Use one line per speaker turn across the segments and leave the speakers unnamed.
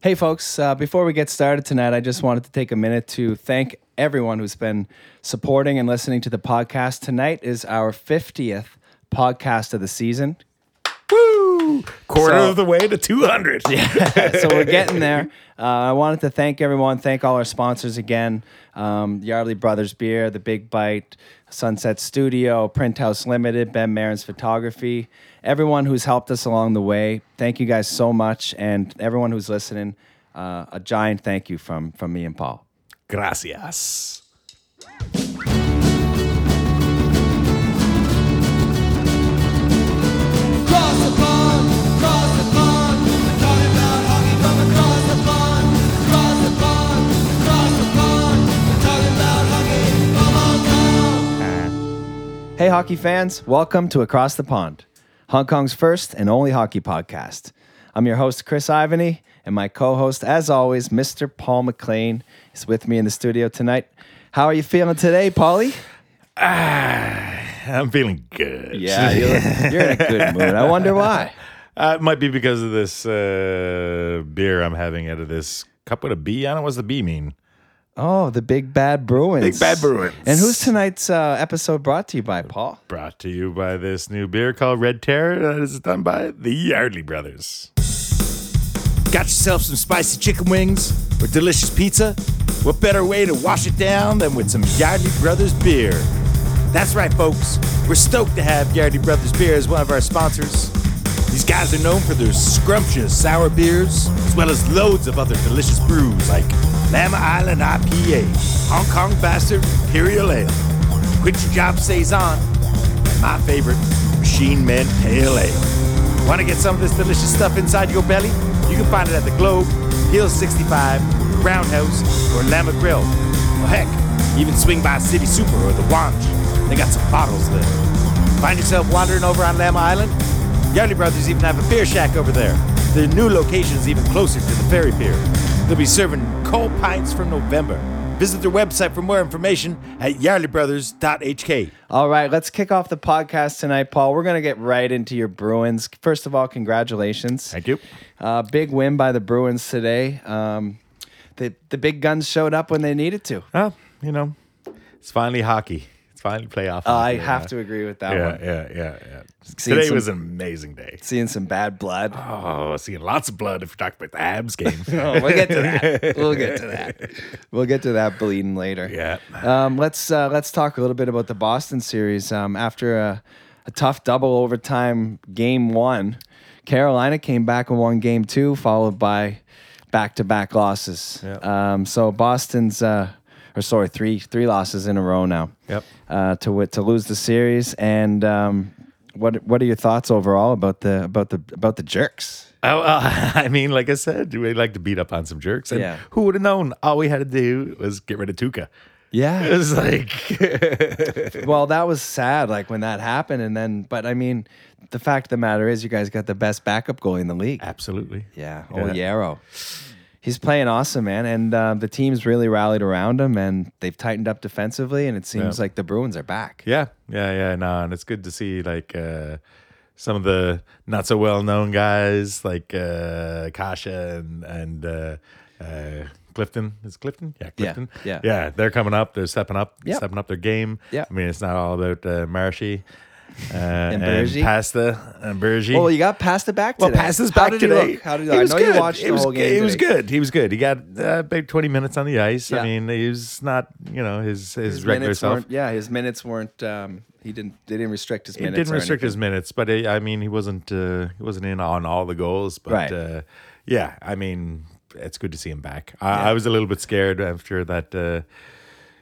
Hey, folks, uh, before we get started tonight, I just wanted to take a minute to thank everyone who's been supporting and listening to the podcast. Tonight is our 50th podcast of the season.
Woo! Quarter
So-
of the way to 200.
so we're getting there. Uh, I wanted to thank everyone, thank all our sponsors again um, Yardley Brothers Beer, The Big Bite, Sunset Studio, Print House Limited, Ben Marin's Photography, everyone who's helped us along the way. Thank you guys so much. And everyone who's listening, uh, a giant thank you from, from me and Paul.
Gracias.
Cross the pond, cross the pond. We're talking about hockey from across the pond. Cross the pond, cross the pond. We're talking about hockey from Hong Kong.
Hey, hockey fans, welcome to Across the Pond, Hong Kong's first and only hockey podcast. I'm your host, Chris Ivany, and my co host, as always, Mr. Paul McLean is with me in the studio tonight. How are you feeling today, Paulie?
Ah, I'm feeling good.
you're, you're in a good mood. I wonder why.
Uh, it might be because of this uh, beer I'm having out of this cup with a B on it. What's the B mean?
Oh, the Big Bad Bruins.
Big Bad Bruins.
And who's tonight's uh, episode brought to you by, Paul?
Brought to you by this new beer called Red Terror that is done by the Yardley Brothers.
Got yourself some spicy chicken wings or delicious pizza? What better way to wash it down than with some Yardley Brothers beer? That's right, folks. We're stoked to have Yardley Brothers beer as one of our sponsors. These guys are known for their scrumptious sour beers, as well as loads of other delicious brews like Lama Island IPA, Hong Kong Bastard Imperial Ale, Quit Your Job Saison, and my favorite, Machine Men Pale Ale. Want to get some of this delicious stuff inside your belly? You can find it at the Globe, Hill 65, Roundhouse, or Lama Grill. Or heck, even swing by City Super or the Wanch. They got some bottles there. Find yourself wandering over on Lama Island? Yardley Brothers even have a beer shack over there. Their new location's even closer to the ferry pier. They'll be serving cold pints from November. Visit their website for more information at yardleybrothers.hk.
All right, let's kick off the podcast tonight, Paul. We're going to get right into your Bruins. First of all, congratulations.
Thank you.
Uh, big win by the Bruins today. Um, the the big guns showed up when they needed to.
Well, Ah, you know, it's finally hockey. It's finally playoff.
I
hockey,
have
uh,
to agree with that
Yeah,
one.
yeah, yeah, yeah.
Seen
Today
some-
was an amazing day.
Seeing some bad blood.
Oh, seeing lots of blood if you're talking about the Habs game.
Oh, we'll get to that. We'll get to that. We'll get to that bleeding later.
yeah.
Um, let's uh, let's talk a little bit about the Boston series. Um, after a, a tough double overtime game one, Carolina came back and won game two, followed by back to back losses. Um, so Boston's uh, or sorry, three three losses in a row now.
Yep.
Uh, to wi- to lose the series and. Um, what, what are your thoughts overall about the about the about the jerks?
Oh, uh, I mean, like I said, we like to beat up on some jerks. And
Yeah.
who would have known? All we had to do was get rid of Tuca. It
Yeah,
was like,
well, that was sad, like when that happened, and then. But I mean, the fact of the matter is, you guys got the best backup goalie in the league.
absolutely.
Yeah. Oh, Yarrow. He's playing awesome, man. And uh, the team's really rallied around him and they've tightened up defensively. And it seems like the Bruins are back.
Yeah, yeah, yeah. No, and it's good to see like uh, some of the not so well known guys like uh, Kasha and and uh, uh, Clifton. Is it Clifton? Yeah, Clifton.
yeah.
yeah. They're coming up. They're stepping up.
Yep.
stepping up their game.
Yep.
I mean, it's not all about uh, Marshy. Uh, and,
Bergy.
pasta and Bergy.
Oh, Well, you got past the back today.
Well, passes
How
back
did
today.
He look? How did he
He
look? I
was
know
good.
you watched
It
the
was,
whole game.
He was
today.
good. He was good. He got uh, about twenty minutes on the ice.
Yeah.
I mean, he was not you know his his,
His
regular
minutes
self.
weren't. Yeah, his minutes weren't. Um, he didn't. They didn't restrict his
It
minutes.
didn't
or
restrict
anything.
his minutes, but uh, I mean, he wasn't uh, he wasn't in on all the goals. But
Right.
uh, yeah, I mean, it's good to see him back. I, I was a little bit scared after that, uh,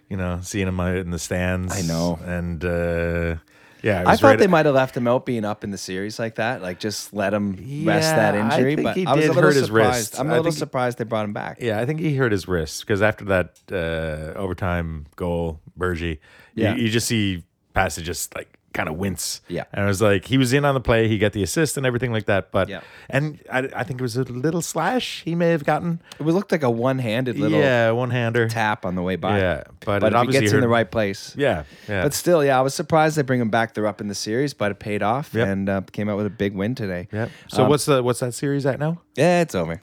you know, seeing him out in the stands.
I know.
and uh, yeah,
I
was
thought
right-
they might have left him out being up in the series like that, like just let him rest that
Yeah, I
injury.
think
but
he
I was a
did
little
hurt his
surprised.
wrist.
I'm
I
a little
think he-
surprised they brought him back.
Yeah, I think he hurt his wrist because after that uh, overtime goal, Bergie,
Yeah.
you, you just see Pasta just like kind of wince.
Yeah.
and I was like, he was in on the play, he got the assist and everything like that. But
Yeah.
and I, I think it was a little slash he may have gotten.
It looked like a one-handed little
yeah, one hander.
tap on the way by.
Yeah, but
but
it
if he
obviously
gets in the
hurt-
right place,
Yeah, yeah.
But still, yeah, I was surprised they bring him back. They're up in the series, but it paid off
Yep.
and uh, came out with a big win today.
Um, Yep. So what's the what's that series at now?
Yeah, it's over.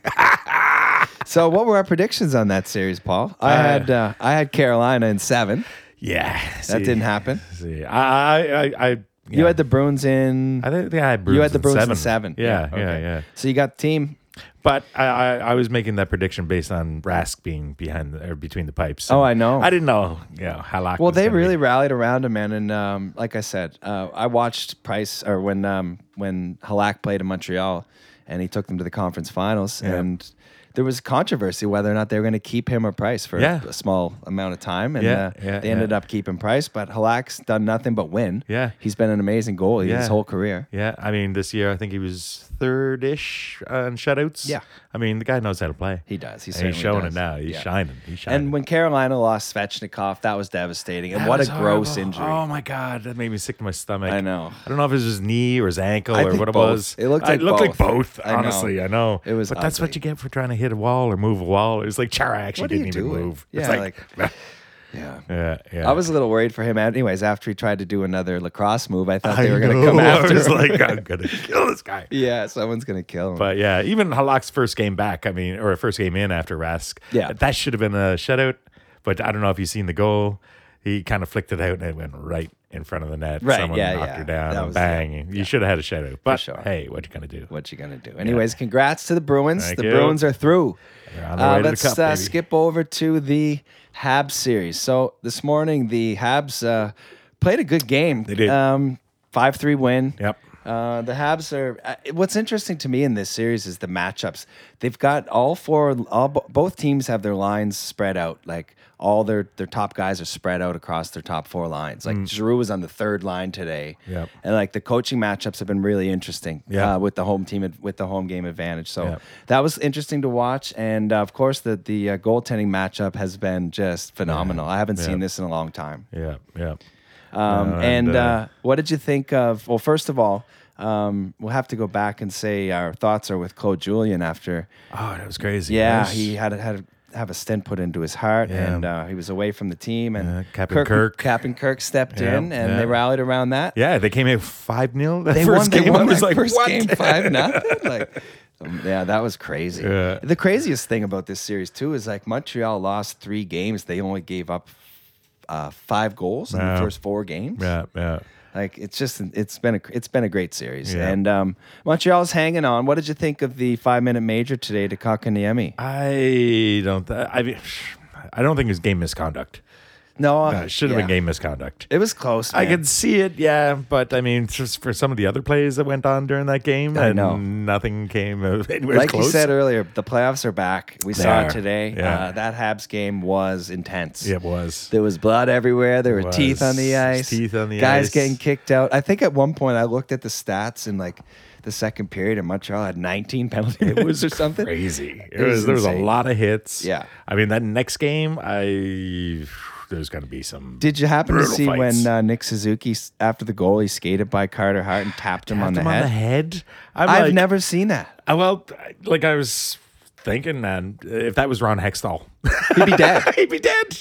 So, what were our predictions on that series, Paul? I had uh, I had Carolina in seven.
Yeah,
That didn't happen.
See, I, I, I, I
You had the Bruins in.
I think I had Bruins.
you had the
in
Bruins
seven.
in seven.
Yeah, yeah,
okay.
yeah.
So you got the team.
But I, I, I was making that prediction based on Rask being behind the, or between the pipes.
Oh, I know.
I didn't know, you know how locked.
Well,
was
they
gonna be.
really rallied around him, man. And um, like I said, uh, I watched Price or when um, when Halak played in Montreal, and he took them to the conference finals. And there was controversy whether or not they were going to keep him or Price for
Yeah.
a small amount of time, and
Yeah,
uh,
yeah,
they ended
yeah.
up keeping Price. But Halak's done nothing but win.
Yeah.
he's been an amazing goalie
Yeah.
his whole career.
Yeah, I mean, this year I think he was third-ish on shutouts.
Yeah.
I mean, the guy knows how to play.
He does. He
And he's
certainly
showing
does.
it now. He's
Yeah.
shining. He's shining.
And when Carolina lost Svechnikov, that was devastating. And
That
what a
was
gross
horrible.
injury.
Oh my god, that made me sick to my stomach.
I know.
I don't know if it was his knee or his ankle
I
or
think
what it
both.
was.
It looked like
it looked like
both.
both.
I know.
Honestly, I know.
It was
but that's what
ugly.
you get for trying to hit a wall or move a wall. It was like Chara actually
What are you
didn't even
doing?
move.
Yeah,
it's like,
yeah.
yeah, yeah.
I was a little worried for him. Anyways, after he tried to do another lacrosse move, I thought
I
they were going
know.
to come
I
after
was
him.
like, I'm gonna kill this guy.
yeah, someone's going to kill him.
But yeah, even Halak's first game back, I mean, or first game in after Rask,
Yeah.
that should have been a shutout. But I don't know if you've seen the goal. He kind of flicked it out and it went right in front of the net.
Right,
Someone
yeah,
knocked
yeah.
her down
That
and
was-
bang. you should have had a shutout. But
sure.
hey, what you gonna do?
what you going to do? Anyways, congrats to the Bruins.
Thank
the
you.
Bruins are through.
They're on their way to the
let's
cup,
uh,
baby.
skip over to the Habs series. So this morning, the Habs uh, played a good game. They
did.
Um, 5 3 win.
Yep.
Uh, the Habs are. Uh, what's interesting to me in this series is the matchups. They've got all four. All bo- both teams have their lines spread out. Like all their their top guys are spread out across their top four lines. Like Giroux was on the third line today.
Mm. Yep.
And like the coaching matchups have been really interesting.
Yeah.
Uh, with the home team ad- with the home game advantage. So
Yep.
that was interesting to watch. And uh, of course, the the uh, goaltending matchup has been just phenomenal. I haven't seen
Yeah.
this in a long time.
Yeah, yeah.
Um,
Uh,
and
and,
uh,
uh,
what did you think of? Well, first of all, um, we'll have to go back and say our thoughts are with Claude Julian after.
Oh, that was crazy.
Yeah,
Yes.
he had had have a stent put into his heart,
Yeah.
and uh, he was away from the team. And
Yeah, Captain Kirk.
Captain Kirk stepped
Yeah,
in, and
yeah.
they rallied around that.
Yeah, they came in five 0 That
They
first
won.
game
They won
I was
that
like,
first
what?
game five nothing. Like, um, yeah, that was crazy.
Yeah.
The craziest thing about this series too is like Montreal lost three games. They only gave up uh, five goals in
Wow.
the first four games.
Yeah, yeah.
Like it's just it's been a it's been a great series,
Yeah.
and um, Montreal's hanging on. What did you think of the five minute major today to Kakaniemi?
I don't. Th- I mean, I don't think it was game misconduct.
No,
Uh, it should have
yeah.
been game misconduct.
It was close.
I
man.
could see it, yeah, but I mean, just for some of the other plays that went on during that game,
I
and
know.
nothing came of anywhere
like
close.
you said earlier, the playoffs are back. We saw
are,
it today.
yeah.
Uh, that Habs game was intense.
it was.
There was blood everywhere. There were
was.
teeth on the ice.
Teeth on the
Guys
ice.
getting kicked out. I think at one point I looked at the stats in like the second period, and Montreal had 19 penalty minutes or something.
crazy. It,
It was
was, there was a
insane.
lot of hits.
Yeah.
I mean, that next game, I there's going to be some.
Did you happen to
Brutal
see
fights.
when uh, Nick Suzuki, s- after the goal, he skated by Carter Hart and tapped him, on,
Tapped
the
him
head?
head? I'm
I've
like-
never seen that.
I- Well, I- like I was thinking, man, if that was Ron Hextall,
He'd be dead.
he'd be dead.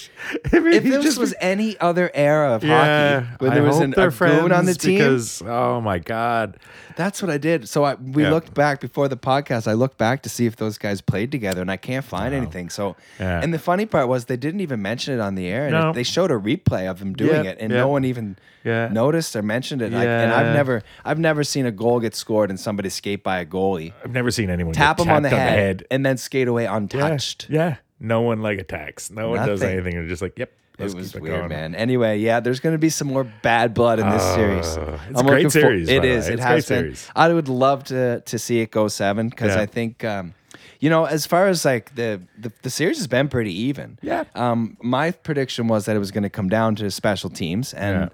I mean,
if
he'd
this
just be-
was any other era of hockey, when
I
there was
hope
an,
they're
a goon on the
friends
team,
because oh my god,
that's what I did. So I, we
Yeah.
looked back before the podcast. I looked back to see if those guys played together, and I can't find anything. So,
Yeah.
and the funny part was they didn't even mention it on the air, and
No.
it- they showed a replay of him doing
Yeah,
it, and
yeah.
no one even
Yeah.
noticed or mentioned it. Like, and
Yeah.
I've never, I've never seen a goal get scored and somebody skate by a goalie.
I've never seen anyone
tap
get
him on the,
tapped
head, and then skate away
Yeah,
untouched.
Yeah, no one like attacks. No one does
Nothing.
anything. They're just like, yep. let's
It was
keep
weird,
going. Uh,
man. Anyway, yeah, there's going to be some more bad blood in this series.
it's a great
looking for-
series, by
It
the
is.
way.
It
It's a
has
great
been.
series.
I would love to to see it go seven because
Yeah.
I think, um, you know, as far as like the, the the series has been pretty even.
Yeah.
Um, my prediction was that it was going to come down to special teams and.
Yeah.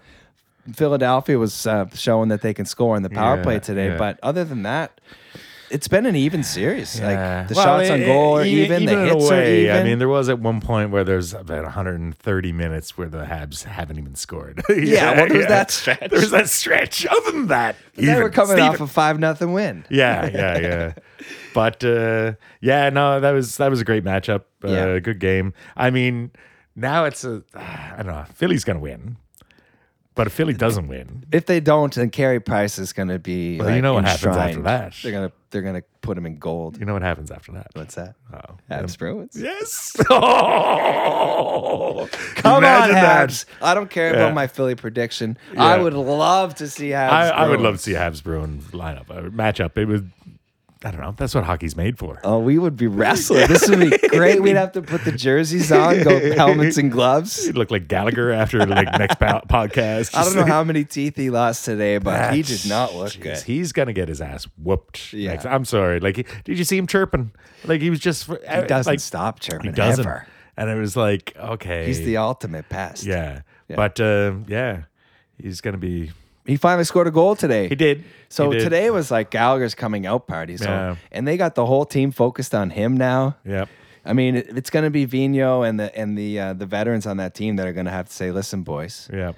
Philadelphia was uh, showing that they can score in the power
Yeah,
play today,
yeah.
but other than that, it's been an even series.
Yeah.
Like the
Well,
shots
I
on
mean,
goal are
e-
even, the
in a
hits
way,
are even.
I mean, there was at one point where there's about 130 minutes where the Habs haven't even scored. yeah,
well, there was that stretch.
There was that stretch. Other than that,
they were
even.
coming
Steven.
off a five nothing win.
yeah, yeah, yeah. But uh, yeah, no, that was that was a great matchup. Uh,
Yeah.
Good game. I mean, now it's a I don't know. Philly's gonna win, But if Philly doesn't win,
If they don't, then Carey Price is going to be.
Well, you
like,
know what happens after
enshrined.
that.
They're gonna they're gonna put him in gold.
you know what happens after that.
What's that?
Oh.
Habs Bruins.
Yes. Oh,
Come
imagine
on,
that.
Habs. I don't care about
Yeah.
my Philly prediction. I
Yeah.
would love to see Habs.
I, I would
Bruins.
love to see Habs Bruin lineup uh, matchup. It would. I don't know. That's what hockey's made for.
Oh, we would be wrestling. This would be great. We'd have to put the jerseys on, go helmets and gloves.
He'd look like Gallagher after like next po- podcast.
I don't
Just
know
like-
how many teeth he lost today, but he did not look
Jeez,
good.
He's gonna get his ass whooped.
Yeah.
next- I'm sorry. Like, he- did you see him chirping? Like he was just. He
He doesn't stop chirping
He doesn't.
ever.
And it was like, okay,
He's the ultimate pest.
yeah. But um, yeah, he's gonna be.
He finally scored a goal today.
He did.
So
He did.
today was like Gallagher's coming out party. So
Yeah.
and they got the whole team focused on him now.
Yep.
I mean, it- it's going to be Vino and the and the uh, the veterans on that team that are going to have to say, "Listen, boys,
Yep.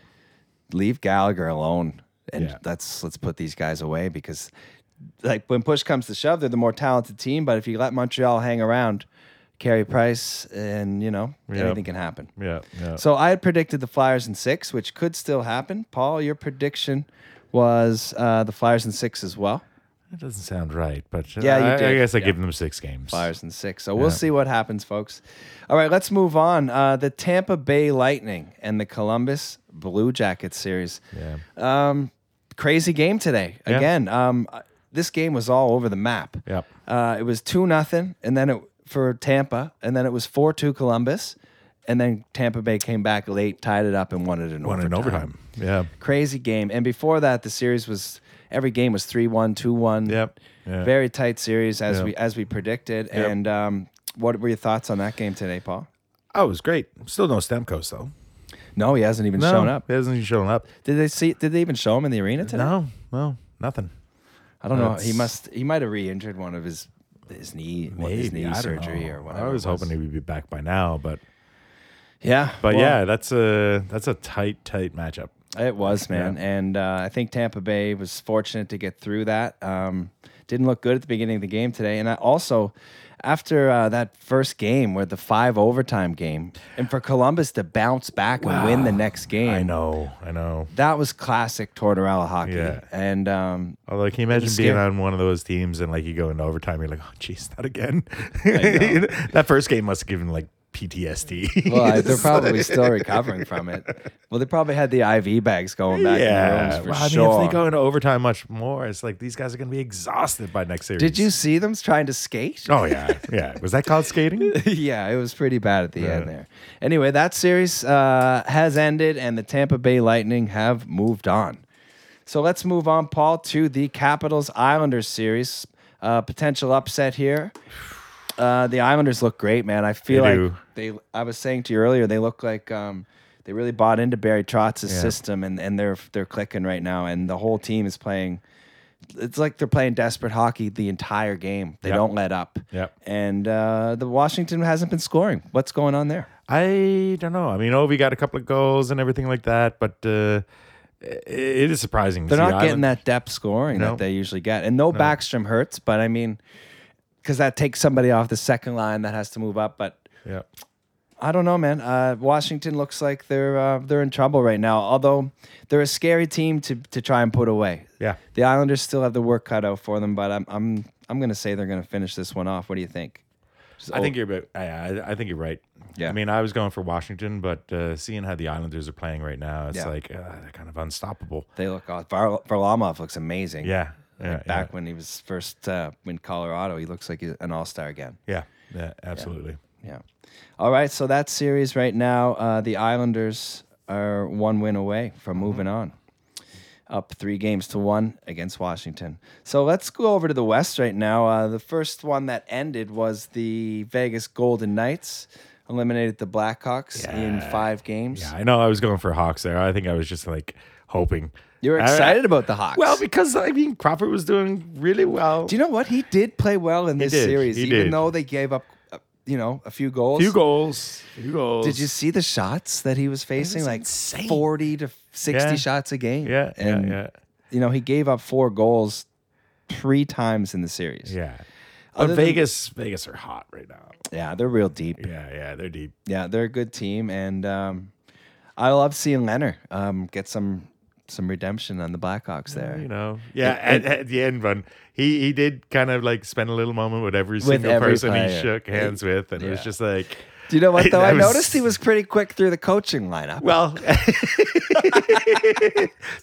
leave Gallagher alone, and
Yeah.
let's let's put these guys away because, like, when push comes to shove, they're the more talented team. But if you let Montreal hang around, Carey Price, and you know
Yeah.
anything can happen.
Yeah. Yeah.
So I had predicted the Flyers in six, which could still happen. Paul, your prediction was uh, the Flyers in six as well.
That doesn't sound right, but uh,
Yeah, you
I, I
did.
guess I give them six games.
Flyers in six. So we'll see what happens, folks. All right, let's move on. Uh, the Tampa Bay Lightning and the Columbus Blue Jackets series. Um,
Yeah.
Crazy game today.
Yeah.
Again, um, uh, this game was all over the map.
Yep.
Uh, it was two nothing, and then it for Tampa, and then it was four two Columbus, and then Tampa Bay came back late, tied it up, and won it in
One in overtime. Yeah.
Crazy game. And before that, the series was every game was 3-1, 2-1.
Yep. Yeah.
Very tight series as
Yep.
we as we predicted. And um, what were your thoughts on that game today, Paul?
Oh, it was great. Still no Stamkos though.
No, he hasn't even shown up.
He hasn't even shown up.
Did they see did they even show him in the arena today?
No. No. Nothing.
I don't know. He
That's-
must he might have re-injured one of his his knee one of his knee surgery or whatever.
I was
it
hoping he would be back by now, but
Yeah.
but
well,
yeah, that's a that's a tight tight matchup.
It was, man.
Yeah.
And uh, I think Tampa Bay was fortunate to get through that. Um, didn't look good at the beginning of the game today. And I also, after uh, that first game where the five overtime game, and for Columbus to bounce back and win the next game,
I know. I know.
that was classic Tortorella hockey.
Yeah.
And um,
Although, can you imagine
was
being
scary.
on one of those teams and like you go into overtime, you're like, oh, jeez, not again. that first game must have given like PTSD.
well, I- they're probably still recovering from it. Well, they probably had the IV bags going back in the
yeah.
rooms for
Well, I mean,
sure.
if they go into overtime much more, it's like these guys are going to be exhausted by next series.
Did you see them trying to skate?
Oh yeah, yeah. Was that called skating?
yeah, it was pretty bad at the end
Yeah.
there. Anyway, that series uh, has ended, and the Tampa Bay Lightning have moved on. So let's move on, Paul, to the Capitals Islanders series. Uh, potential upset here. Uh, the Islanders look great, man. I feel like
They do.
they. I was saying to you earlier, they look like um, they really bought into Barry Trotz's system, and, and they're they're clicking right now, and the whole team is playing. It's like they're playing desperate hockey the entire game. They
Yep.
don't let up.
Yep.
And uh, the Washington hasn't been scoring. What's going on there?
I don't know. I mean, Ovi got a couple of goals and everything like that, but uh, it it is surprising. to
They're
see
not getting
Island-
that depth scoring
No.
that they usually get. And no, Backstrom hurts, but I mean, because that takes somebody off the second line that has to move up. But
Yeah.
I don't know, man. Uh, Washington looks like they're uh, they're in trouble right now. Although they're a scary team to to try and put away.
Yeah.
The Islanders still have the work cut out for them, but I'm I'm I'm gonna say they're gonna finish this one off. What do you think?
I think you're. about- I, I I think you're right.
Yeah.
I mean, I was going for Washington, but uh, seeing how the Islanders are playing right now, it's
Yeah.
like uh, they're kind of unstoppable.
They look off. Var- Varlamov looks amazing.
Yeah. Yeah. yeah.
Back when he was first uh, in Colorado, he looks like he's an all star again.
Yeah. Yeah. Absolutely.
Yeah. All right. So that series right now, uh, the Islanders are one win away from
Mm-hmm.
moving on, up three games to one against Washington. So let's go over to the West right now. Uh, the first one that ended was the Vegas Golden Knights eliminated the Blackhawks in five games.
Yeah. I know. I was going for Hawks there. I think I was just like hoping.
You were
I- I-
excited about the Hawks.
Well, because I mean, Crawford was doing really well.
Do you know what he did play well in this
did.
series,
He
even
did.
though they gave up, uh, you know, a few goals.
few goals. Few goals.
Did you see the shots that he was facing? like
insane.
forty to sixty
Yeah.
shots a game.
Yeah.
and
yeah. Yeah.
you know he gave up four goals three times in the series.
Yeah. But
Other than-
Vegas, Vegas are hot right now.
Yeah, they're real deep.
Yeah, yeah, they're deep.
Yeah, they're a good team, and um, I love seeing Leonard um, get some some redemption on the Blackhawks there.
you know, yeah. at, at the end run, he he did kind of like spend a little moment with every single
every
person he
player.
shook hands with, and it was just like,
Do you know what though?
That
I
was-
noticed he was pretty quick through the coaching lineup.
well,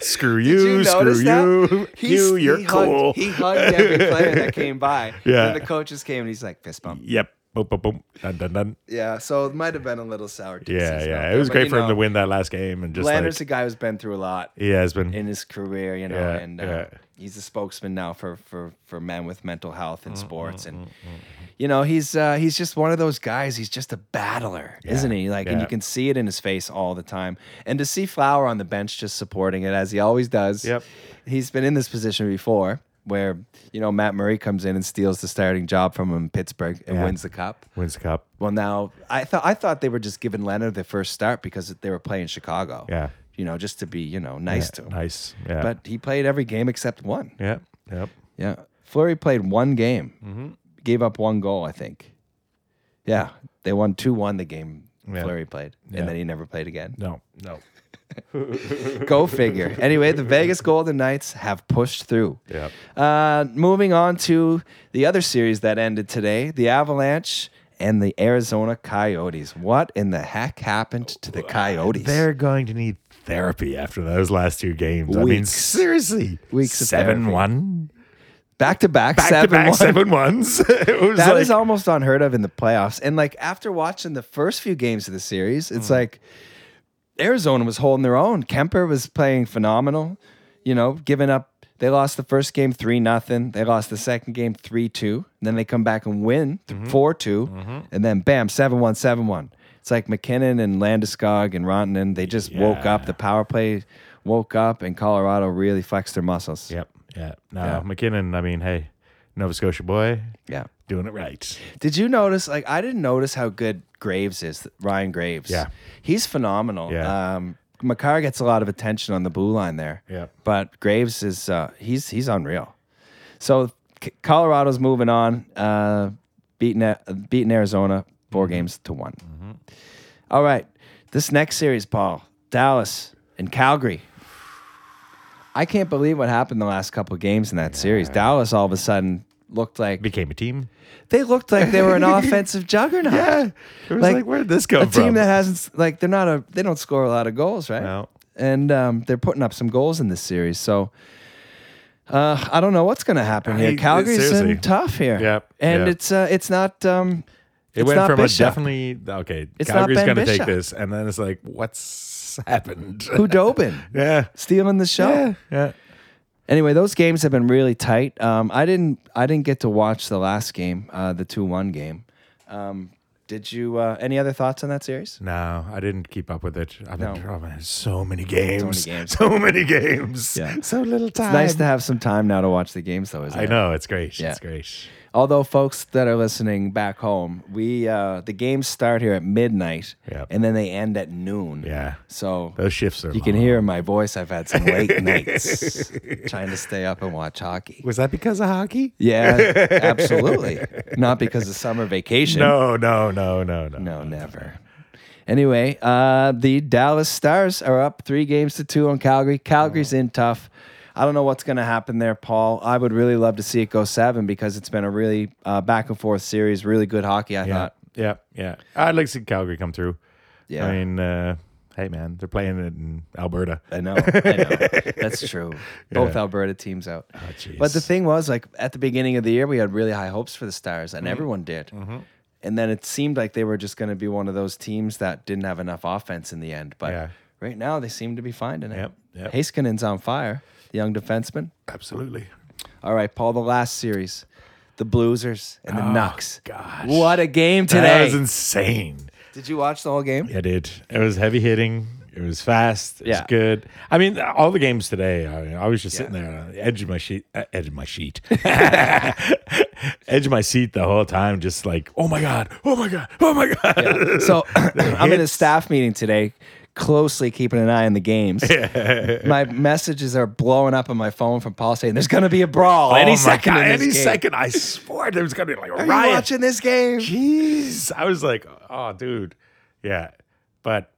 screw
Did
you, screw
notice
you,
He-
you, you're
he hugged-
cool.
he hugged every player that came by.
Yeah.
Then the coaches came and he's like fist bump.
Yep. Boom, boom, boom. Dun, dun, dun.
Yeah. So it might have been a little sour. taste
Yeah,
and
yeah.
stuff
It was
there, but,
great
you
for him to
know,
win that last game and just
Lander's a
like
guy who's been through a lot.
he has been.
in his career, you know,
Yeah,
and uh,
yeah.
he's a spokesman now for for for men with mental health
Mm,
in sports, and you know, he's uh, he's just one of those guys. He's just a battler, isn't he? Like, and
yeah.
you can see it in his face all the time. And to see Flower on the bench just supporting it as he always does.
Yep.
he's been in this position before. Where you know Matt Murray comes in and steals the starting job from him in Pittsburgh and
Yeah.
wins the cup.
Wins the cup.
Well, now I thought I thought they were just giving Leonard the first start because they were playing Chicago.
Yeah.
you know, just to be you know nice to him.
Nice. Yeah.
But he played every game except one.
yeah. Yep.
Yeah. Fleury played one game,
Mm-hmm.
gave up one goal, I think. Yeah. They won 2 1 the game
Yeah.
Fleury played,
Yeah.
and then he never played again.
No. No.
Go figure. Anyway, the Vegas Golden Knights have pushed through.
Yep.
Uh, moving on to the other series that ended today the Avalanche and the Arizona Coyotes. What in the heck happened to the Coyotes?
They're going to need therapy after those last two games. I mean,
Weeks.
seriously.
Weeks of therapy.
seven one.
back to back,
Back to
seven
back
one.
seven ones. it was
That is
like,
almost unheard of in the playoffs. And like after watching the first few games of the series,
Hmm.
it's like Arizona was holding their own. Kemper was playing phenomenal, you know, giving up. They lost the first game 3 nothing. They lost the second game 3 2. Then they come back and win
Mm-hmm.
4 2. And then bam, 7 1, 7 1. It's like McKinnon and Landeskog and Rontanen. They just woke
Yeah.
up. The power play woke up, and Colorado really flexed their muscles.
Yep. Yeah. No.
Yeah.
McKinnon, I mean, hey, Nova Scotia boy,
Yeah.
doing it right.
Did you notice? Like, I didn't notice how good Graves is. Ryan Graves.
Yeah.
he's phenomenal.
Yeah.
Um, Makar gets a lot of attention on the blue line there.
Yeah.
but Graves is uh, he's he's unreal. So C- Colorado's moving on, uh, beating uh, beating Arizona 4
Mm-hmm.
games to one. All right, this next series, Paul, Dallas and Calgary. I can't believe what happened the last couple of games in that series. Dallas all of a sudden looked like
Became a team.
they looked like they were an offensive juggernaut.
Yeah. It was like, where did this go
a
from?
team that hasn't like they're not a they don't score a lot of goals, right?
No.
And um, they're putting up some goals in this series, so uh, I don't know what's going to happen
I-
here. Calgary's
seriously.
been tough here,
Yep,
and
yep.
it's uh, it's not um,
It
it's
went
not
from
Bishop.
a definitely okay.
It's not
Calgary's
Ben
going to take
Bishop.
this, and then it's like, what's happened?
Hudobin
yeah,
stealing the show.
yeah, yeah.
Anyway, those games have been really tight. Um, I didn't I didn't get to watch the last game, uh, the two one game. Um, did you? Uh, any other thoughts on that series?
No, I didn't keep up with it. I've been
No.
oh, man, so many games, so many
games.
games,
Yeah.
so little time.
It's nice to have some time now to watch the games, though, isn't
I
it?
know it's great.
Yeah.
It's great.
Although folks that are listening back home, we uh, the games start here at midnight,
Yep.
and then they end at noon.
Yeah,
So
those shifts are.
you can
long.
hear in my voice. I've had some late nights trying to stay up and watch hockey.
Was that because of hockey?
Yeah, absolutely. Not because of summer vacation.
No, no, no, no, no.
No, never. Anyway, uh, the Dallas Stars are up three games to two on Calgary. Calgary's
Oh.
in tough. I don't know what's going to happen there, Paul. I would really love to see it go seven because it's been a really uh, back and forth series, really good hockey. I
Yeah,
thought.
yeah, yeah. I'd like to see Calgary come through.
Yeah,
I mean, uh, hey man, they're playing it in Alberta.
I know, I know. That's true. Both Alberta teams out.
Oh, jeez.
but the thing was, like at the beginning of the year, we had really high hopes for the Stars,
Mm-hmm.
and everyone did. And then it seemed like they were just going to be one of those teams that didn't have enough offense in the end. But
Yeah.
right now, they seem to be finding it.
Yep, yep.
Haskinen's on fire, the young defenseman.
Absolutely.
All right, Paul. The last series, the Bluesers and the Knucks.
Oh, gosh.
what a game
That
today!
was insane.
did you watch the whole game?
I did. It was heavy hitting. It was fast. It
Yeah.
was good. I mean, all the games today. I, mean, I was just
Yeah.
sitting there on the edge of my sheet, uh, edge of my sheet, edge of my seat the whole time, just like, oh my god, oh my god, oh my god.
So I'm in a
hits.
staff meeting today, closely keeping an eye on the games. my messages are blowing up on my phone from Paul saying there's going to be a brawl
Oh
any
my
second.
God,
in this
any
game.
second. I swore there was gonna be like a
Are
riot.
you watching this game?
Jeez, I was like, oh, dude, yeah, but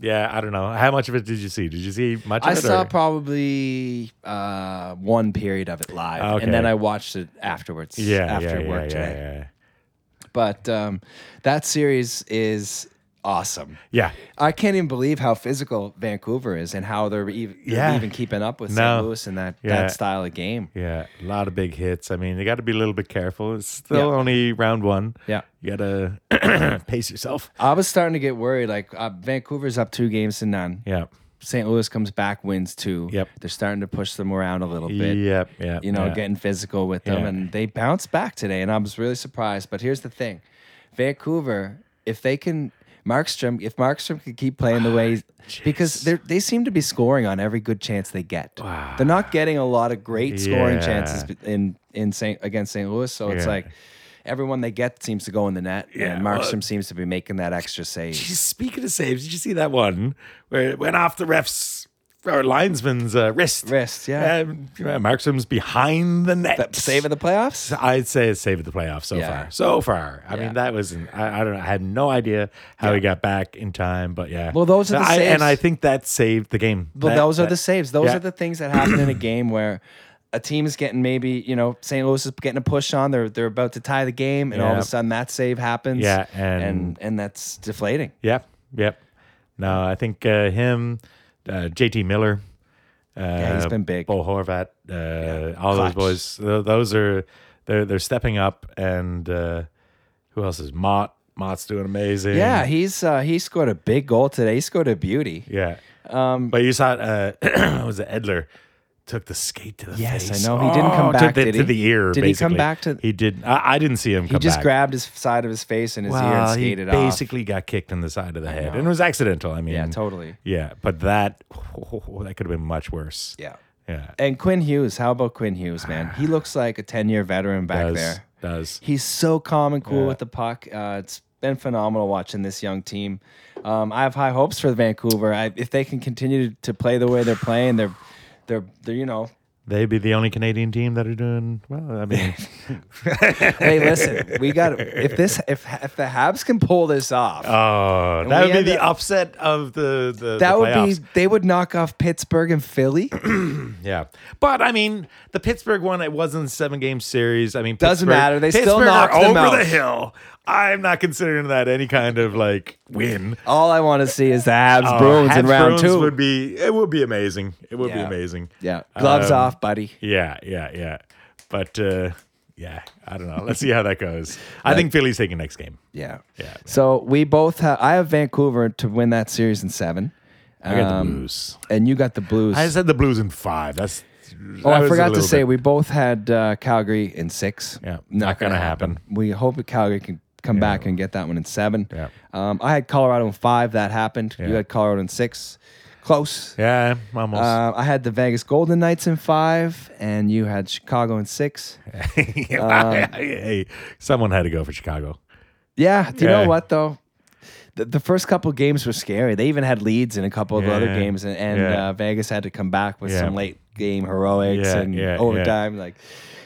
yeah, I don't know. How much of it did you see? Did you see much of
I
it?
saw
or-
probably uh, one period of it live,
Okay.
and then I watched it afterwards.
yeah,
after
yeah,
work
yeah,
today.
Yeah, yeah.
But um, that series is awesome.
yeah.
I can't even believe how physical Vancouver is and how they're even,
Yeah.
even keeping up with
No.
St. Louis in that,
Yeah.
that style of game.
Yeah, a lot of big hits. I mean, you got to be a little bit careful. It's still
Yeah.
only round one.
Yeah.
you got to pace yourself.
I was starting to get worried. Like uh, Vancouver's up two games to none.
Yeah,
St. Louis comes back, wins two.
Yep.
They're starting to push them around a little bit.
yep, yeah.
you know,
yeah.
getting physical with them,
Yeah.
and they bounced back today, and I was really surprised. But here's the thing, Vancouver, if they can. Markstrom, if Markstrom could keep playing
Ah,
the way, because they they seem to be scoring on every good chance they get. They're not getting a lot of great scoring
Yeah.
chances in in Saint against St. Louis, so it's
Yeah.
like everyone they get seems to go in the net,
Yeah,
and
well-
Markstrom seems to be making that extra save.
Jeez, speaking of saves, did you see that one where it went off the ref's or linesman's uh, wrist?
Wrist, yeah.
Um, Markstrom's behind the net.
Save of the playoffs.
I'd say it's save of the playoffs so
Yeah.
far. So far. I
Yeah.
mean, that was, an, I, I don't know. I had no idea how he got back in time, but yeah.
Well, those are the
I,
saves.
And I think that saved the game.
But
That-
those are
that-
the saves. Those
yeah.
are the things that happen in a game where a team is getting maybe you know St. Louis is getting a push on. They're they're about to tie the game, and all of
Yeah.
a sudden that save happens.
Yeah,
and
and-
and, that's deflating.
Yep. Yep. No, I think uh, him, uh, JT Miller. Uh, yeah,
he's been big.
Bo Horvat, uh, all
Clutch.
those boys. th- Those are they're they're stepping up, and uh, who else is Mott? Mott's doing amazing.
Yeah, he's uh, he scored a big goal today. He scored a beauty.
yeah. Um, but you saw uh, it was it Edler took the skate to the
Yes, I
face.
know. He didn't come
Oh,
back,
to the,
did
to
he?
the ear.
Did he come
basically.
back to-
He did. I, I didn't see him.
He
come
just
back.
grabbed his side of his face and his ear and
Well, he
skated off.
basically got kicked in the side of the head, and it was accidental. I mean,
Yeah, totally.
Yeah, but that that could have been much worse.
Yeah.
yeah,
And Quinn Hughes, how about Quinn Hughes, man? He looks like a ten-year veteran back
does
there.
does
He's so calm and cool
Yeah.
with the puck. Uh, it's been phenomenal watching this young team. Um, I have high hopes for Vancouver. I, if they can continue to play the way they're playing, they're they're, they're you know
they be the only Canadian team that are doing well? I mean,
hey listen we got if this if if the Habs can pull this off
oh, that
we
would be
end
the
up-
upset of the the the
that would be
playoffs.
they would knock off Pittsburgh and Philly
yeah. But I mean, the Pittsburgh one it wasn't a seven game series. I mean,
Doesn't
Pittsburgh-
matter. They still
Pittsburgh are
knocked them
over
out.
the hill. I'm not considering that any kind of like win.
all I want to see is the Habs
Oh,
Bruins in
Habs
round
Bruins
two
would be it would be amazing. It would
Yeah.
be amazing.
yeah gloves
Um,
off buddy
Yeah, yeah, yeah. But uh, yeah, I don't know. Let's see how that goes. I think Philly's taking next game.
yeah
Yeah.
so we both have I have Vancouver to win that series in seven
I got
Um,
the Blues.
and you got the Blues
I said the Blues in five. That's
Oh, I forgot to say we both had uh, Calgary in six.
Yeah, not gonna happen.
We hope that Calgary can come back and get that one in seven.
Yeah.
Um, I had Colorado in five. That happened. You
Yeah.
had Colorado in six. Close.
yeah, almost.
Uh, I had the Vegas Golden Knights in five, and you had Chicago in six.
hey, someone had to go for Chicago.
Yeah. Do you know
Yeah.
what though? The, the first couple games were scary. They even had leads in a couple of other
Yeah.
games, and, and
Yeah.
uh, Vegas had to come back with
Yeah.
some late game heroics
Yeah,
and
yeah, yeah.
overtime. Like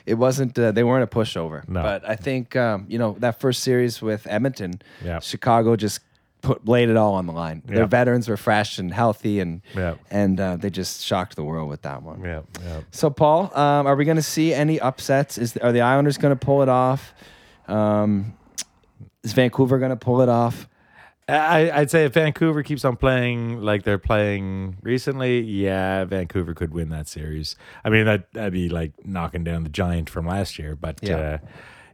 it wasn't. Uh, they weren't a pushover.
No.
But I think um, you know that first series with Edmonton,
Yeah.
Chicago just put laid it all on the line.
Yeah.
Their veterans were fresh and healthy, and
Yeah.
and uh, they just shocked the world with that one.
Yeah, yeah.
So, Paul, um, are we going to see any upsets? Is are the Islanders going to pull it off? Um, is Vancouver going to pull it off?
I, I'd say if Vancouver keeps on playing like they're playing recently, yeah, Vancouver could win that series. I mean, that, that'd be like knocking down the giant from last year. But
Yeah.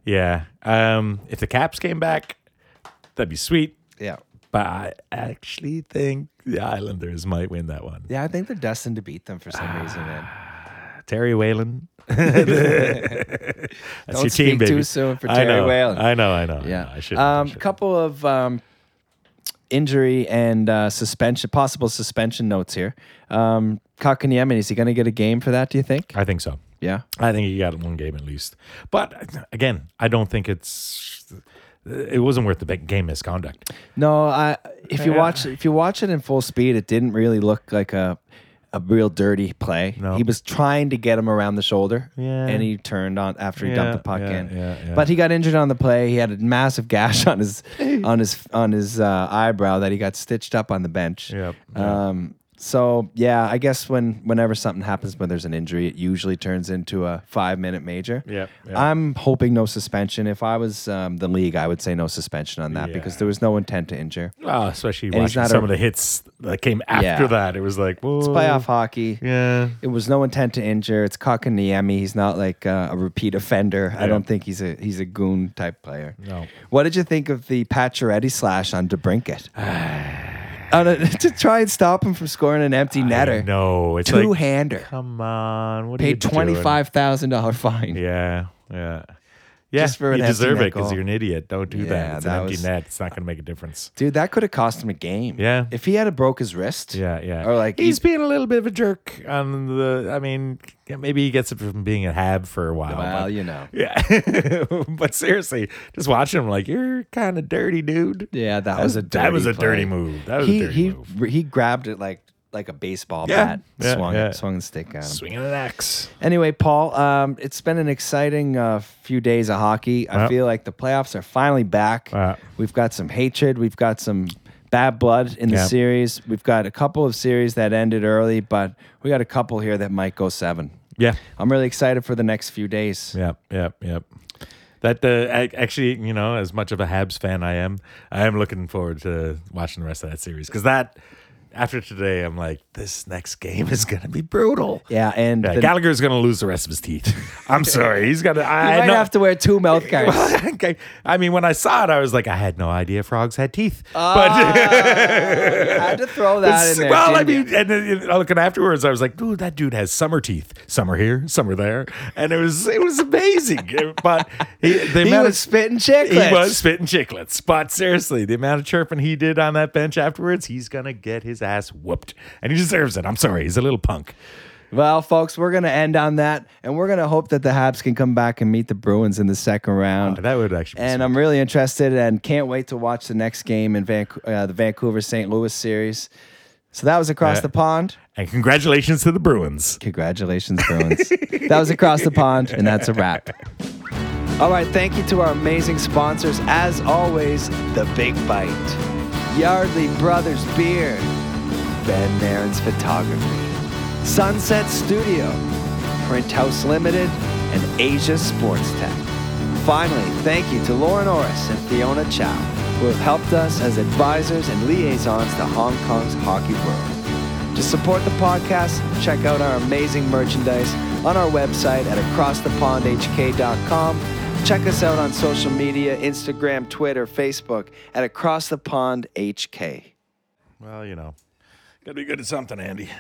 yeah, uh, yeah. Um, if the Caps came back, that'd be sweet.
Yeah,
But I actually think the Islanders might win that one.
yeah. I think they're destined to beat them for
Ah,
some reason. Man.
Terry Whalen. That's your
speak
team, baby.
too soon for
I
Terry
know,
Whalen.
I know, I know. I, know. I shouldn't, I
Yeah. Um,
shouldn't.
couple of um, injury and uh, suspension, possible suspension notes here. Um, Kakaniemi, is he going to get a game for that? Do you think?
I think so.
Yeah.
I think he got one game at least. But again, I don't think it's. It wasn't worth the big game misconduct.
No, I if you watch if you watch it in full speed, it didn't really look like a a real dirty play.
No.
He was trying to get him around the shoulder,
Yeah.
and he turned on after he dumped
Yeah,
the puck
yeah,
in.
yeah, yeah.
But he got injured on the play. He had a massive gash on his on his on his uh, eyebrow that he got stitched up on the bench.
Yep, yep.
Um, so yeah, I guess when whenever something happens when there's an injury, it usually turns into a five minute major.
Yep, yep.
I'm hoping no suspension. If I was um, the league, I would say no suspension on that because
Yeah.
there was no intent to injure.
Oh, especially
he's
watching
not
some
a-
of the hits that came after
Yeah.
that. It was like, whoa.
It's playoff hockey.
Yeah.
It was no intent to injure. It's Kakaniemi. He's not like uh, a repeat offender. I don't think he's a he's a goon type player.
No.
What did you think of the Pacioretty slash on DeBrinket? on a, to try and stop him from scoring an empty netter,
No, it's
two
like,
hander,
come on. What are you
paid
doing?
twenty five thousand dollar fine.
Yeah, yeah. Yeah,
Just for an
you
empty
deserve
net
it because
goal.
you're an idiot. Don't do
Yeah,
that. It's
that
an empty
was-
net. It's not going to make a difference.
Dude, that could have cost him a game.
Yeah.
If he had a broke his wrist.
Yeah, yeah.
Or like
he's
he's
being a little bit of a jerk on the. I mean, yeah, maybe he gets it from being a hab for a while.
well,
but-
you know.
yeah, but seriously, just watching him like you're kind of dirty, dude.
Yeah, that was a dirty
that was a
play.
dirty move. That was
He
a dirty
he
move.
he grabbed it like like a baseball
Yeah,
bat,
yeah,
swung
yeah.
it, swung the stick at him.
Swinging an axe.
Anyway, Paul, um, it's been an exciting uh, few days of hockey. I
Yeah.
feel like the playoffs are finally back.
Yeah.
We've got some hatred. We've got some bad blood in the
Yeah.
series. We've got a couple of series that ended early, but we got a couple here that might go seven.
Yeah,
I'm really excited for the next few days.
Yep, yep, yep. That uh, ac- actually, you know, as much of a Habs fan I am, I am looking forward to watching the rest of that series because that after today, I'm like, this next game is gonna be brutal.
Yeah, and
Yeah,
the-
Gallagher's gonna lose the rest of his teeth. I'm sorry, he's gonna.
you
I,
might
no-
have to wear two mouth guards.
Okay. I mean, when I saw it, I was like, I had no idea frogs had teeth.
Ah. I had to throw
but
that in there.
well, I
didn't you?
mean, and then, you know, looking afterwards, I was like, dude, that dude has summer teeth. Some are here, some are there, and it was it was amazing. but he, the
he
amount
was
of,
spitting chicklets.
He was spitting chicklets. But seriously, the amount of chirping he did on that bench afterwards, he's going to get his ass whooped. And he deserves it. I'm sorry. He's a little punk.
Well, folks, we're going to end on that, and we're going to hope that the Habs can come back and meet the Bruins in the second round.
That would actually be
and
sweet.
I'm really interested and can't wait to watch the next game in Vanco- uh, the Vancouver St. Louis series. So that was Across
Yeah.
the Pond.
And congratulations to the Bruins.
Congratulations, Bruins. that was Across the Pond, and that's a wrap. All right, thank you to our amazing sponsors. As always, The Big Bite, Yardley Brothers Beer, Ben Marin's Photography, Sunset Studio, Print House Limited, and Asia Sports Tech. Finally, thank you to Lauren Orris and Fiona Chow, who have helped us as advisors and liaisons to Hong Kong's hockey world. To support the podcast, check out our amazing merchandise on our website at acrossthepondhk.com. Check us out on social media Instagram, Twitter, Facebook at acrossthepondhk.
Well, you know, got to be good at something, Andy.